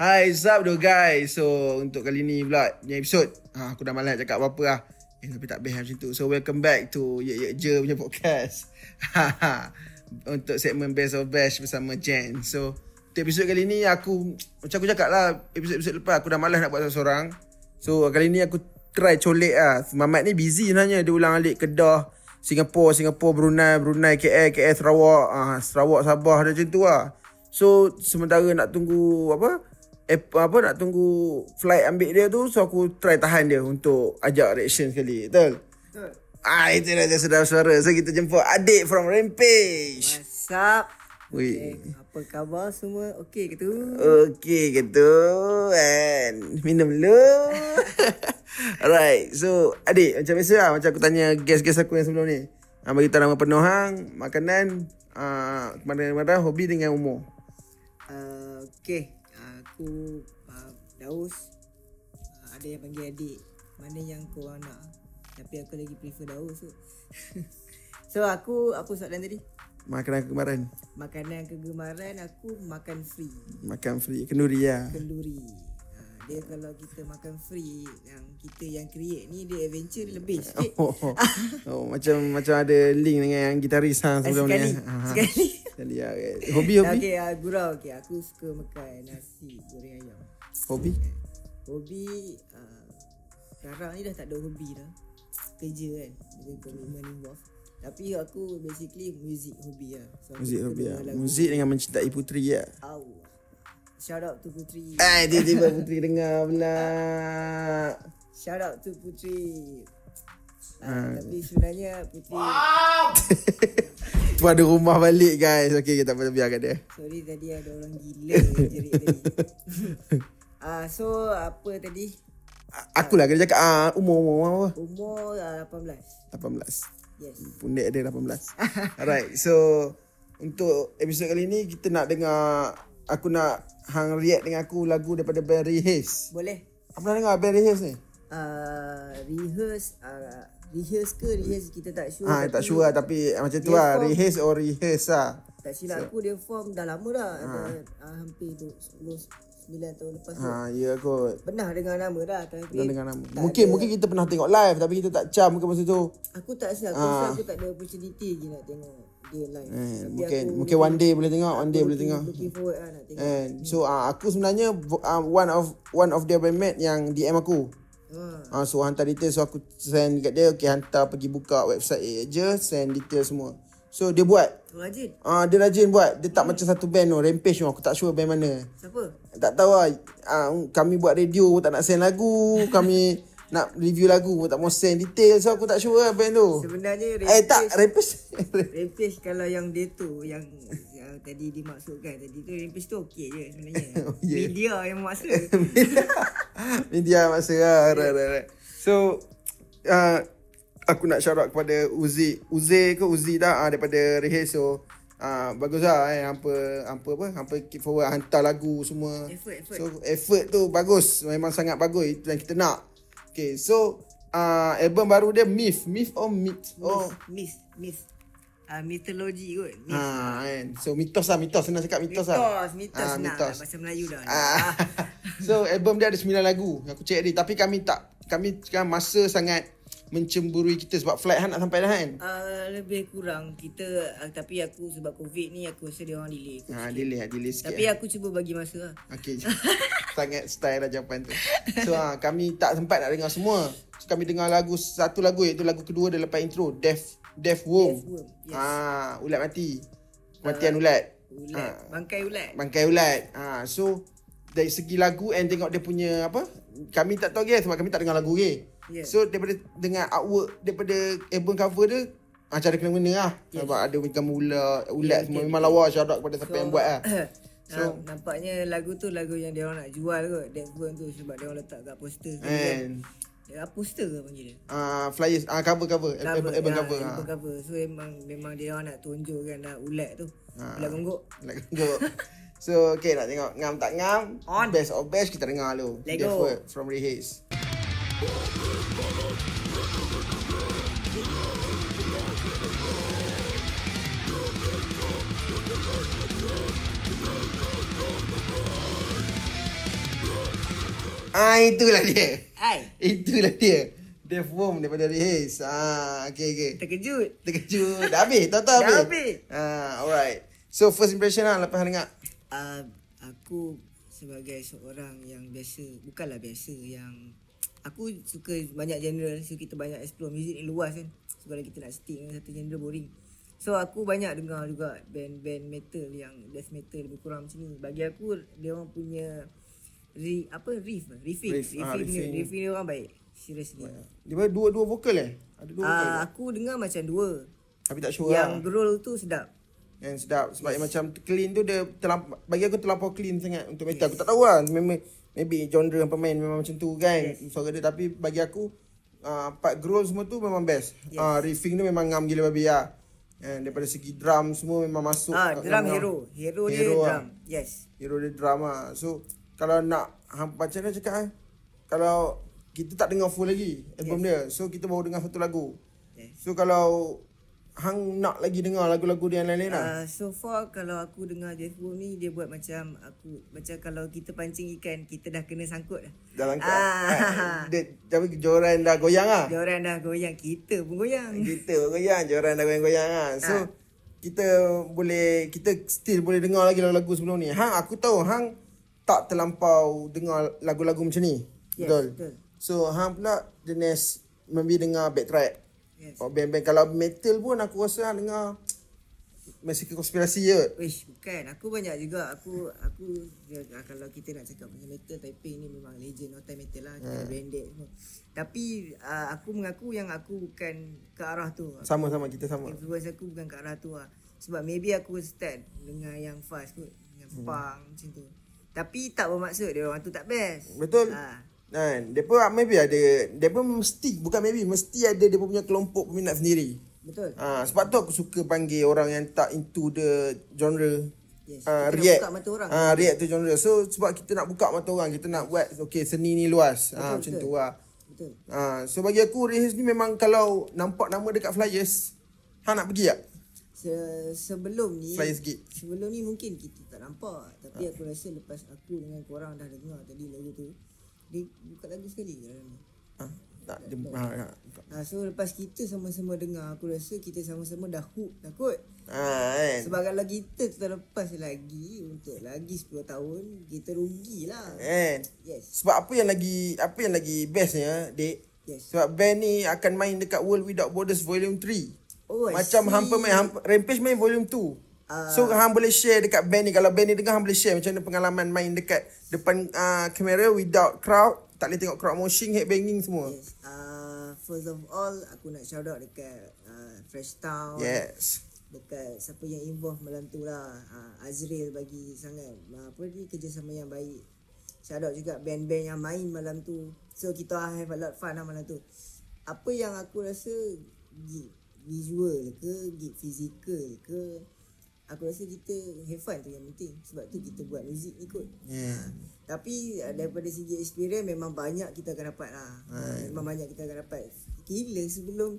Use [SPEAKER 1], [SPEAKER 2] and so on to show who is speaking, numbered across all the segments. [SPEAKER 1] Hi, what's up though guys? So, untuk kali ni pula punya episod. Ha, aku dah malas nak cakap apa-apa lah. Eh, tapi tak best lah macam tu. So, welcome back to Ye Ye Je punya podcast. Haha. untuk segmen Best of Best bersama Jen. So, untuk episod kali ni aku, macam aku cakap lah, episod-episod lepas aku dah malas nak buat seorang-seorang. So, kali ni aku try colek lah. Mamat ni busy sebenarnya. Dia ulang alik Kedah, Singapura, Singapura, Brunei, Brunei, KL, KL, Sarawak, ah, Sarawak, Sabah dia macam tu lah. So sementara nak tunggu apa eh, apa nak tunggu flight ambil dia tu so aku try tahan dia untuk ajak reaction sekali. Betul?
[SPEAKER 2] Betul.
[SPEAKER 1] Ah itu dah saudara saudara. So kita jumpa adik from Rampage.
[SPEAKER 2] What's up?
[SPEAKER 1] Wih.
[SPEAKER 2] Eh, apa khabar semua? Okey ke tu?
[SPEAKER 1] Okay gitu And Minum dulu Alright So adik macam biasa lah Macam aku tanya guest-guest aku yang sebelum ni ha, Bagi tahu nama penuh hang Makanan uh, Kemana-mana hobi dengan umur
[SPEAKER 2] Uh, Okey. Aku uh, Daus. Uh, ada yang panggil adik. Mana yang korang nak? Tapi aku lagi prefer Daus tu. so aku apa soalan tadi?
[SPEAKER 1] Makanan kemarin
[SPEAKER 2] Makanan kegemaran aku makan free.
[SPEAKER 1] Makan free Kenduri lah
[SPEAKER 2] Kenduri. Uh, dia kalau kita makan free yang kita yang create ni dia adventure dia lebih sikit.
[SPEAKER 1] oh, oh. oh, Macam macam ada link dengan yang gitaris hang sebelum ni
[SPEAKER 2] Eh, sekali.
[SPEAKER 1] Ha, ha.
[SPEAKER 2] Sekali.
[SPEAKER 1] Sekali lah Hobi hobi
[SPEAKER 2] Okey, uh, gurau. Okey, aku suka makan nasi goreng ayam.
[SPEAKER 1] Hobi
[SPEAKER 2] Hobi uh, Sekarang ni dah tak ada hobi dah Kerja kan Dengan komitmen involved Tapi aku basically music hobi lah so, aku
[SPEAKER 1] Muzik
[SPEAKER 2] suka
[SPEAKER 1] hobi lah
[SPEAKER 2] dengar lagu.
[SPEAKER 1] Muzik dengan mencintai puteri lah
[SPEAKER 2] Au Shout out to Putri
[SPEAKER 1] Eh tiba-tiba puteri dengar pula
[SPEAKER 2] Shout out to Putri uh, Tapi sebenarnya Putri
[SPEAKER 1] Tuan ada rumah balik guys Okay tak apa biarkan dia
[SPEAKER 2] Sorry tadi ada orang gila jerit tadi Ah uh, So apa tadi
[SPEAKER 1] A- Akulah kena cakap ah, Umur umur umur apa
[SPEAKER 2] Umur uh, 18
[SPEAKER 1] 18
[SPEAKER 2] Yes
[SPEAKER 1] Pundek dia 18 Alright so Untuk episod kali ni Kita nak dengar Aku nak Hang react dengan aku Lagu daripada Barry Hayes
[SPEAKER 2] Boleh
[SPEAKER 1] Apa nak dengar Barry Hayes ni?
[SPEAKER 2] uh, rehearse uh, rehearse ke rehearse kita tak sure
[SPEAKER 1] Ha, tak sure lah tapi macam tu lah Rehearse or rehearse lah
[SPEAKER 2] tak silap aku dia form dah lama dah
[SPEAKER 1] Ah.
[SPEAKER 2] Dah, uh, hampir tu 10 9 tahun lepas tu
[SPEAKER 1] Ha, ya kot
[SPEAKER 2] pernah dengar nama dah tapi
[SPEAKER 1] Kita dengar nama Mungkin mungkin kita pernah tengok live Tapi kita tak cam ke masa tu
[SPEAKER 2] aku tak silap aku, rasa aku tak ada opportunity lagi nak tengok dia live
[SPEAKER 1] Ah. eh, Mungkin mungkin one day boleh tengok One day boleh tengok
[SPEAKER 2] looking forward lah nak tengok
[SPEAKER 1] And so uh, aku sebenarnya uh, one of one of their bandmate yang DM aku.
[SPEAKER 2] ha.
[SPEAKER 1] Uh, so hantar detail so aku send dekat dia okay hantar pergi buka website dia je send detail semua. So dia buat
[SPEAKER 2] rajin
[SPEAKER 1] uh, dia rajin buat dia tak macam satu band tu Rampage tu aku tak sure band mana.
[SPEAKER 2] siapa
[SPEAKER 1] Tak tahu lah uh, kami buat radio pun tak nak send lagu kami nak review lagu pun tak mau send detail so aku tak sure lah band tu.
[SPEAKER 2] sebenarnya
[SPEAKER 1] Eh tak
[SPEAKER 2] Rampage-
[SPEAKER 1] Rampage
[SPEAKER 2] Rampage kalau yang dia tu yang, yang tadi dimaksudkan tadi tu Rampage tu okey je sebenarnya.
[SPEAKER 1] ya.
[SPEAKER 2] Media yang maksud.
[SPEAKER 1] Media masa lah right, right, right. So uh, Aku nak shout out kepada Uzi Uzi ke Uzi dah uh, Daripada Rehe So uh, Bagus lah eh Hampa Hampa apa Hampa keep forward Hantar lagu semua
[SPEAKER 2] Effort, effort.
[SPEAKER 1] So effort tu bagus Memang sangat bagus Itu yang kita nak Okay so uh, Album baru dia Myth Myth or Myth Oh
[SPEAKER 2] Miss, miss. Ah uh, mythology kot. Myth.
[SPEAKER 1] Ha, kan. So mitos lah mitos Senang cakap mitos, lah
[SPEAKER 2] Mitos, mitos
[SPEAKER 1] Ah,
[SPEAKER 2] nak lah bahasa Melayu dah.
[SPEAKER 1] Ah. so album dia ada 9 lagu aku check tadi tapi kami tak kami kan masa sangat mencemburui kita sebab flight Han nak sampai dah kan.
[SPEAKER 2] Uh, lebih kurang kita uh, tapi aku sebab covid ni aku rasa dia orang delay. Aku,
[SPEAKER 1] Ha delay delay sikit.
[SPEAKER 2] tapi ya- aku cuba bagi masa lah.
[SPEAKER 1] Okey. sangat style lah jawapan tu. So ha, kami tak sempat nak dengar semua. So, kami dengar lagu satu lagu iaitu lagu kedua dia lepas intro Death Death Worm.
[SPEAKER 2] Death Worm, yes.
[SPEAKER 1] Oh.
[SPEAKER 2] Ah,
[SPEAKER 1] Ah, ulat mati. Kematian ulat. Ah.
[SPEAKER 2] Ulat, bangkai ulat.
[SPEAKER 1] Bangkai ulat. Ha, so dari segi lagu and tengok dia punya apa? Kami tak tahu guys sebab kami tak dengar lagu ke. Yeah.
[SPEAKER 2] Yeah.
[SPEAKER 1] So daripada dengar artwork daripada album cover dia macam ada kena-mena lah yeah. Sebab ada gambar ulat, ulat yeah, semua Memang lawa shout out kepada siapa yang buat lah
[SPEAKER 2] So, uh, nampaknya lagu tu lagu yang dia orang nak jual kot. Death Burn tu sebab dia orang letak kat poster. tu kan.
[SPEAKER 1] And
[SPEAKER 2] Ya, poster ke panggil dia?
[SPEAKER 1] uh, Flyers, uh, cover-cover Album, album
[SPEAKER 2] ya,
[SPEAKER 1] cover ha.
[SPEAKER 2] album cover. So memang memang dia orang nak tunjukkan lah ulat tu.
[SPEAKER 1] Ah.
[SPEAKER 2] Ulat gonggok.
[SPEAKER 1] Nak tunjuk So okay nak tengok Ngam tak ngam On Best of best kita dengar dulu
[SPEAKER 2] Let go.
[SPEAKER 1] Deathword From Rehaze Ah itulah dia.
[SPEAKER 2] Ai,
[SPEAKER 1] Itulah dia. Dia form daripada Riz. Ah okey okey.
[SPEAKER 2] terkejut.
[SPEAKER 1] Terkejut. Dah habis. Tak tahu habis.
[SPEAKER 2] Dah habis.
[SPEAKER 1] Ah alright. So first impression lah lepas hang dengar.
[SPEAKER 2] Uh, aku sebagai seorang yang biasa, bukanlah biasa yang aku suka banyak genre, so kita banyak explore muzik ni luas kan. So kalau kita nak stick dengan satu genre boring. So aku banyak dengar juga band-band metal yang death metal lebih kurang macam ni. Bagi aku dia orang punya re, apa riff, eh? riffing,
[SPEAKER 1] Riff,
[SPEAKER 2] riffing,
[SPEAKER 1] ah,
[SPEAKER 2] riffing,
[SPEAKER 1] riffing.
[SPEAKER 2] riffing, riffing dia orang baik. Seriously.
[SPEAKER 1] Dia ada dua-dua vokal eh? Ada dua vokal.
[SPEAKER 2] Uh, aku dengar macam dua.
[SPEAKER 1] Tapi tak sure
[SPEAKER 2] Yang
[SPEAKER 1] yang, lah.
[SPEAKER 2] growl tu sedap.
[SPEAKER 1] Yang sedap. Sebab yes. macam clean tu dia terlampau, bagi aku terlampau clean sangat untuk metal. Yes. Aku tak tahu lah. Memang, maybe genre yang pemain memang macam tu kan. Yes. Suara dia. Tapi bagi aku, uh, part growl semua tu memang best. Yes. Uh, riffing tu memang ngam gila babi lah. And daripada segi drum semua memang masuk.
[SPEAKER 2] Ah,
[SPEAKER 1] kat
[SPEAKER 2] drum
[SPEAKER 1] ngam-ngam.
[SPEAKER 2] hero. Hero, dia
[SPEAKER 1] Hero
[SPEAKER 2] drum.
[SPEAKER 1] lah.
[SPEAKER 2] Yes.
[SPEAKER 1] Hero dia drama. So kalau nak hang, macam mana cakap eh? Kalau kita tak dengar full lagi album yes. dia. So kita baru dengar satu lagu.
[SPEAKER 2] Yes.
[SPEAKER 1] So kalau hang nak lagi dengar lagu-lagu dia yang lain-lain lah.
[SPEAKER 2] Uh, so far kalau aku dengar Jeff Wu ni dia buat macam aku macam kalau kita pancing ikan kita dah kena sangkut dah.
[SPEAKER 1] Dah langkah.
[SPEAKER 2] Ah.
[SPEAKER 1] Dia tapi joran dah goyang ah.
[SPEAKER 2] Dia orang dah goyang kita pun goyang.
[SPEAKER 1] Kita pun goyang, joran dah goyang-goyang ah. So
[SPEAKER 2] Ah.
[SPEAKER 1] kita boleh kita still boleh dengar lagi lagu-lagu sebelum ni. Hang aku tahu hang tak terlampau dengar lagu-lagu macam ni.
[SPEAKER 2] Yes,
[SPEAKER 1] betul.
[SPEAKER 2] betul.
[SPEAKER 1] So hang pula jenis maybe dengar backtrack.
[SPEAKER 2] Yes.
[SPEAKER 1] Oh, band-band kalau metal pun aku rasa hang dengar masih ke konspirasi je.
[SPEAKER 2] Wish bukan aku banyak juga aku aku dia- ah, kalau kita nak cakap pasal metal Taipei ni memang legend no time metal lah kita
[SPEAKER 1] Hmm.
[SPEAKER 2] yeah. branded semua. Tapi uh, aku mengaku yang aku bukan ke arah tu.
[SPEAKER 1] Sama-sama kita sama.
[SPEAKER 2] Influence aku bukan kat arah tu lah Sebab maybe aku start dengan yang fast kot Dengan hmm. punk macam tu Tapi tak bermaksud dia orang tu tak best
[SPEAKER 1] Betul.
[SPEAKER 2] ha.
[SPEAKER 1] Kan, depa maybe ada depa mesti bukan maybe mesti ada depa punya kelompok peminat sendiri.
[SPEAKER 2] Betul
[SPEAKER 1] Ha, sebab tu aku suka panggil orang yang tak into the genre.
[SPEAKER 2] Yes,
[SPEAKER 1] Ah,
[SPEAKER 2] kita nak
[SPEAKER 1] react.
[SPEAKER 2] buka mata orang.
[SPEAKER 1] Ah, react tu genre. So sebab kita nak buka mata orang, kita nak buat okey seni ni luas. Ah, ha,
[SPEAKER 2] Betul,
[SPEAKER 1] macam
[SPEAKER 2] betul.
[SPEAKER 1] tu lah.
[SPEAKER 2] Betul
[SPEAKER 1] Ah, so bagi aku Rehiz ni memang kalau nampak nama dekat flyers, hang nak pergi tak?
[SPEAKER 2] Se Sebelum ni
[SPEAKER 1] Flyers gig.
[SPEAKER 2] Sebelum ni mungkin kita tak nampak Tapi aku rasa lepas aku dengan korang dah dengar tadi lagu tu Dia buka lagu sekali ke dalam ni
[SPEAKER 1] Ha, tak dia, ha, ha.
[SPEAKER 2] ha, So lepas kita sama-sama dengar Aku rasa kita sama-sama dah hook dah kot
[SPEAKER 1] Ha, kan.
[SPEAKER 2] Sebab kalau kita terlepas lagi Untuk lagi 10 tahun Kita rugilah
[SPEAKER 1] Kan.
[SPEAKER 2] Yes
[SPEAKER 1] Sebab apa yang lagi apa yang lagi bestnya, Dek?
[SPEAKER 2] Yes
[SPEAKER 1] Sebab band ni akan main dekat World Without Borders Volume 3.
[SPEAKER 2] Oh, I
[SPEAKER 1] Macam
[SPEAKER 2] see.
[SPEAKER 1] hampa main hampa, Rampage main volume 2 uh,
[SPEAKER 2] Ah.
[SPEAKER 1] So hang boleh share dekat band ni Kalau band ni dengar hang boleh share Macam mana pengalaman main dekat Depan uh, kamera without crowd Tak boleh tengok crowd moshing Headbanging semua
[SPEAKER 2] Yes. Uh, first of all, aku nak shout out dekat uh, Fresh Town.
[SPEAKER 1] Yes
[SPEAKER 2] Dekat siapa yang involved malam tu lah. Uh, Azril bagi sangat uh, apa ni kerjasama yang baik. Shout out juga band-band yang main malam tu. So kita have a lot fun lah malam tu. Apa yang aku rasa gig visual ke, gig physical ke, aku rasa kita have fun tu yang penting. Sebab tu kita buat muzik ni kot.
[SPEAKER 1] yeah.
[SPEAKER 2] Tapi uh, daripada segi experience memang banyak kita akan dapat lah. Right. Memang banyak kita akan dapat. Gila sebelum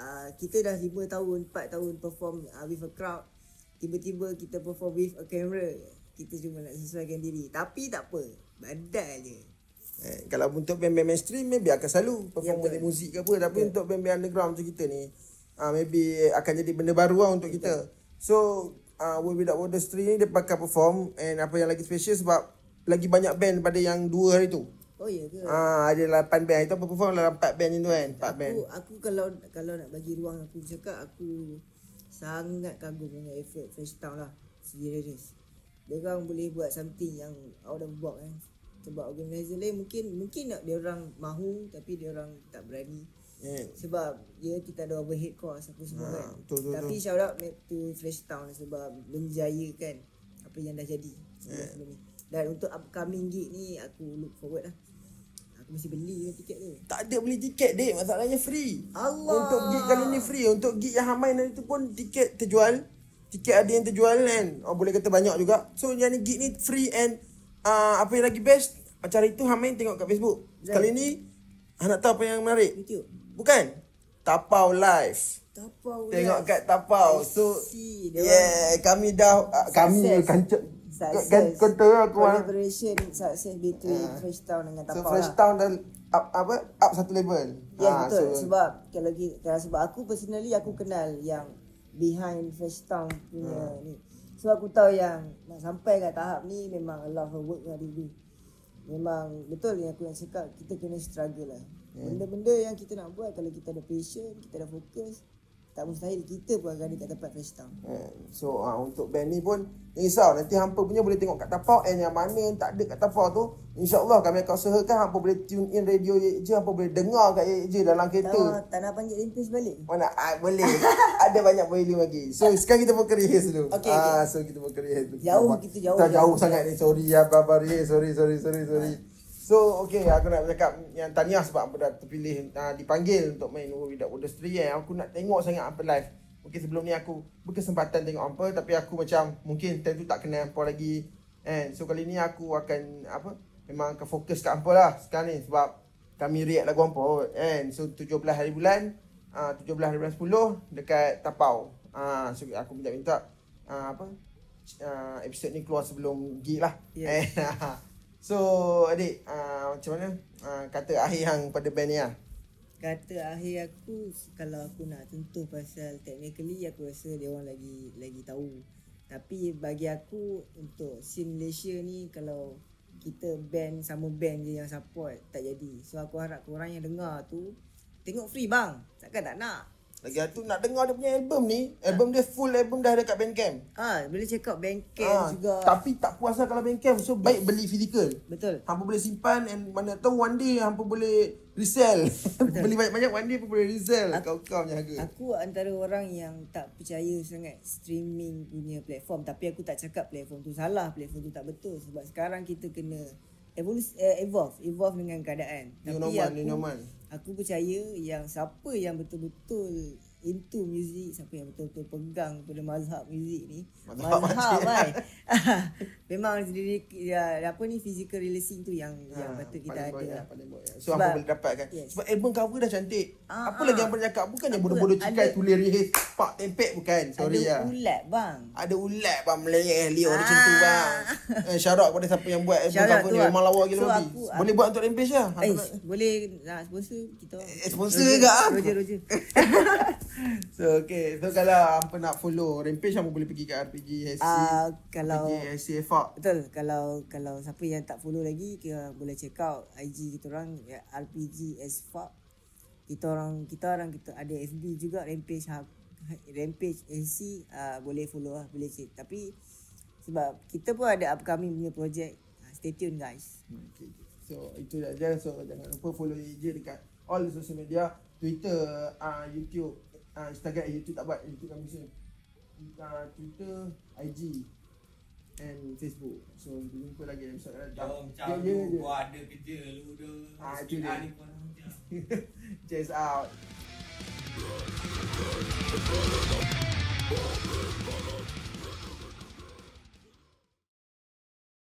[SPEAKER 2] uh, kita dah 5 tahun, 4 tahun perform uh, with a crowd. Tiba-tiba kita perform with a camera. Kita cuma nak sesuaikan diri. Tapi tak apa. Badal je.
[SPEAKER 1] eh, Kalau untuk band-band mainstream Maybe akan selalu Perform
[SPEAKER 2] Ya,
[SPEAKER 1] balik
[SPEAKER 2] betul.
[SPEAKER 1] muzik ke apa Tapi untuk band-band underground macam kita ni uh, Maybe akan jadi benda baru lah untuk kita So uh, World Without Borders 3 ni Dia akan perform And apa yang lagi special sebab Lagi banyak band pada yang dua hari tu
[SPEAKER 2] Oh ya ke?
[SPEAKER 1] Ah, ada 8 band. Itu apa perform dalam 4 band tu kan? 4 band.
[SPEAKER 2] Aku, aku kalau kalau nak bagi ruang aku cakap aku sangat kagum dengan effort Fresh Town lah. Serius. Dia orang boleh buat something yang out of box kan. Sebab organizer lain mungkin mungkin nak dia orang mahu tapi dia orang tak berani.
[SPEAKER 1] Yeah.
[SPEAKER 2] Sebab dia kita ada overhead cost apa semua
[SPEAKER 1] Ha,
[SPEAKER 2] kan.
[SPEAKER 1] betul, betul,
[SPEAKER 2] tapi shout out to Fresh Town lah sebab menjayakan apa yang dah jadi sebelum ni. Dan untuk upcoming gig ni aku look forward lah. Aku mesti beli lah tiket tu.
[SPEAKER 1] Tak ada beli tiket, dek. Masalahnya free.
[SPEAKER 2] Allah.
[SPEAKER 1] Untuk gig kali ni free. Untuk gig yang Hamai nanti tu pun tiket terjual. Tiket ada yang terjual kan. Oh, boleh kata banyak juga. So, yang ni gig ni free and uh, apa yang lagi best, macam hari tu Hamai tengok kat Facebook. Sekali ni, hang nak tahu apa yang menarik?
[SPEAKER 2] YouTube.
[SPEAKER 1] Bukan? Tapau live.
[SPEAKER 2] Tapau
[SPEAKER 1] Tengok
[SPEAKER 2] lah.
[SPEAKER 1] kat Tapau.
[SPEAKER 2] I
[SPEAKER 1] So,
[SPEAKER 2] see. Dia
[SPEAKER 1] yeah, kami kan- dah, uh, kami
[SPEAKER 2] Success.
[SPEAKER 1] kancak
[SPEAKER 2] Success.
[SPEAKER 1] Kentera aku orang
[SPEAKER 2] Collaboration success between Fresh Town dengan
[SPEAKER 1] lah, So
[SPEAKER 2] Tapak
[SPEAKER 1] Fresh
[SPEAKER 2] lah.
[SPEAKER 1] Town dah up, apa up satu level.
[SPEAKER 2] Ya
[SPEAKER 1] Ah,
[SPEAKER 2] betul
[SPEAKER 1] so,
[SPEAKER 2] sebab kalau ki- kalau sebab aku personally aku kenal yang behind Fresh Town punya
[SPEAKER 1] Ah.
[SPEAKER 2] ni. So aku tahu yang nak sampai kat tahap ni memang a lot of work yang ada dulu. Memang betul yang aku yang cakap kita kena struggle lah. Benda-benda yang kita nak buat kalau kita ada passion, kita ada fokus, tak mustahil kita pun akan ada kat tempat Fresh Town.
[SPEAKER 1] eh, so ah, untuk band ni pun jangan risau nanti hampa punya boleh tengok kat tapau and yang mana yang tak ada kat tapau tu insyaallah kami akan usahakan hampa boleh tune in radio Ye Ye je hampa boleh dengar kat Ye Ye je dalam kereta.
[SPEAKER 2] Tak, tak nak panjat lintas balik.
[SPEAKER 1] Mana ah, boleh ada banyak boleh lagi. So sekarang kita pun rehearse dulu.
[SPEAKER 2] Okey,
[SPEAKER 1] ah so kita pun rehearse dulu.
[SPEAKER 2] Jauh,
[SPEAKER 1] Abang-
[SPEAKER 2] kita jauh,
[SPEAKER 1] Tak jauh,
[SPEAKER 2] jauh.
[SPEAKER 1] sangat ni. Sorry ya Baba Rehearse. Sorry sorry sorry sorry. So okay aku nak cakap yang tahniah sebab aku dah terpilih ah, dipanggil untuk main Who Without Industry eh. Aku nak tengok sangat apa live. Mungkin sebelum ni aku berkesempatan tengok apa tapi aku macam mungkin time tu tak kenal apa lagi. And so kali ni aku akan apa memang akan fokus kat apa lah sekarang ni sebab kami react lagu apa kot. And so 17 hari bulan uh, 17 hari bulan 10 dekat Tapau. Ah uh, so aku minta-minta uh, apa uh, episod ni keluar sebelum gig lah.
[SPEAKER 2] Yeah.
[SPEAKER 1] Yeah. so adik uh, macam mana uh, kata akhir hang pada band ni lah.
[SPEAKER 2] kata akhir aku kalau aku nak tentu pasal technically aku rasa dia orang lagi lagi tahu tapi bagi aku untuk scene Malaysia ni kalau kita band sama band je yang support tak jadi so aku harap korang yang dengar tu tengok free bang takkan tak nak
[SPEAKER 1] Lagi tu nak dengar dia punya album ni, album dia full album dah dekat Bandcamp.
[SPEAKER 2] ah boleh check out Bandcamp
[SPEAKER 1] Ah,
[SPEAKER 2] juga
[SPEAKER 1] Tapi tak puas lah kalau Bandcamp, so baik beli physical.
[SPEAKER 2] betul
[SPEAKER 1] Hampa boleh simpan and mana tahu one day hampa boleh resell. beli banyak-banyak one day pun boleh resell. Kau-kau punya harga.
[SPEAKER 2] Aku antara orang yang tak percaya sangat streaming punya platform tapi aku tak cakap platform tu salah, platform tu tak betul sebab sekarang kita kena evolve eh, evolve, evolve dengan keadaan.
[SPEAKER 1] New
[SPEAKER 2] tapi
[SPEAKER 1] normal,
[SPEAKER 2] aku,
[SPEAKER 1] new normal.
[SPEAKER 2] aku percaya yang siapa yang betul-betul into music, siapa yang betul-betul pegang pada mazhab muzik ni,
[SPEAKER 1] Mazhab
[SPEAKER 2] mazhab
[SPEAKER 1] macam-
[SPEAKER 2] kan. Memang diri ya, apa ni physical releasing tu yang yang
[SPEAKER 1] Ah,
[SPEAKER 2] patut
[SPEAKER 1] paling
[SPEAKER 2] kita ada.
[SPEAKER 1] banyak,
[SPEAKER 2] lah.
[SPEAKER 1] paling banyak. So
[SPEAKER 2] Sebab-
[SPEAKER 1] apa boleh dapatkan
[SPEAKER 2] Yes.
[SPEAKER 1] Sebab album cover dah cantik
[SPEAKER 2] Ah,
[SPEAKER 1] Apa lagi yang boleh cakap Bukannya
[SPEAKER 2] Apa?
[SPEAKER 1] bodoh-bodoh cikai
[SPEAKER 2] Ada-
[SPEAKER 1] tulis rehearse Pak tempek bukan Sorry
[SPEAKER 2] ada
[SPEAKER 1] lah
[SPEAKER 2] ulat bang.
[SPEAKER 1] Ada ulat bang Melayah Leo
[SPEAKER 2] Ah.
[SPEAKER 1] macam tu bang eh, Shout out kepada siapa yang buat album
[SPEAKER 2] Shout out
[SPEAKER 1] cover
[SPEAKER 2] tu
[SPEAKER 1] ni
[SPEAKER 2] lah.
[SPEAKER 1] Memang lawa gila
[SPEAKER 2] So,
[SPEAKER 1] babi
[SPEAKER 2] aku-
[SPEAKER 1] Boleh buat untuk rampage lah Hang
[SPEAKER 2] Eh,
[SPEAKER 1] nak-
[SPEAKER 2] boleh nak sponsor kita.
[SPEAKER 1] Eh, sponsor ke, ah?
[SPEAKER 2] Roger, Roger.
[SPEAKER 1] So okay So kalau hampa nak follow Rampage Hampa boleh pergi kat RPG SC
[SPEAKER 2] Ah, kalau
[SPEAKER 1] RPG SC FAQ
[SPEAKER 2] betul kalau kalau siapa yang tak follow lagi kita boleh check out IG kita orang ya, RPG as fuck. Kita orang kita orang kita ada FB juga Rampage Hub Rampage AC uh, boleh follow lah boleh check tapi sebab kita pun ada upcoming punya project Ah, stay tune guys
[SPEAKER 1] Okay. So itu saja. So jangan lupa follow je dekat all the social media, Twitter, uh, YouTube, uh, Instagram, eh, YouTube tak buat, YouTube kami soon. Uh, Twitter, IG and Facebook. So kita jumpa lagi episode
[SPEAKER 3] Jom
[SPEAKER 1] Ya,
[SPEAKER 3] cabut,
[SPEAKER 1] ya, ya.
[SPEAKER 3] gua ada kerja lu dah.
[SPEAKER 1] Ah, itu dia.
[SPEAKER 3] ni kau nak macam.
[SPEAKER 1] Cheers out.